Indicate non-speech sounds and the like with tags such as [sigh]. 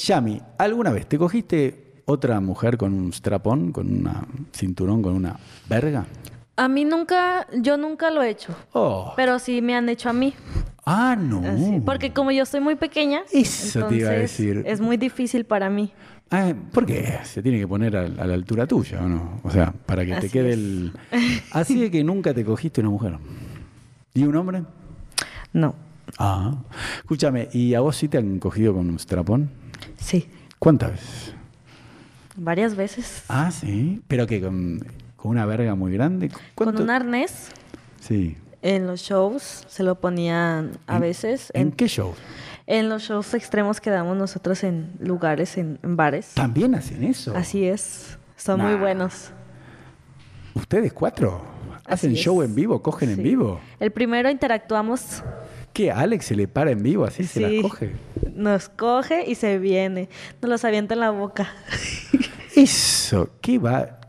Yami, ¿alguna vez te cogiste otra mujer con un strapón, con un cinturón, con una verga? A mí nunca, yo nunca lo he hecho. Oh. Pero sí me han hecho a mí. Ah, no. Así, Porque como yo soy muy pequeña, Eso te iba a entonces decir. es muy difícil para mí. Ah, ¿Por qué? Se tiene que poner a, a la altura tuya, ¿o no? O sea, para que Así te quede [laughs] es. el... Así de que nunca te cogiste una mujer. ¿Y un hombre? No, Ah. Escúchame, ¿y a vos sí te han cogido con un strapón? sí, ¿Cuántas veces? varias veces. Ah, sí. ¿Pero que con, con una verga muy grande? ¿Cuánto? Con un arnés Sí. en los shows se lo ponían a ¿En- veces. ¿En qué show? en los shows extremos que damos nosotros en lugares, en, en bares. ¿También hacen eso? Así es, son muy Nah. buenos. ¿Ustedes cuatro? ¿Hacen Así es. show en vivo? ¿Cogen en Sí. vivo? El primero interactuamos ¿Qué? ¿A Alex se le para en vivo así? ¿Se Sí. las coge? Nos coge y se viene. Nos los avienta en la boca. Eso, ¿qué va?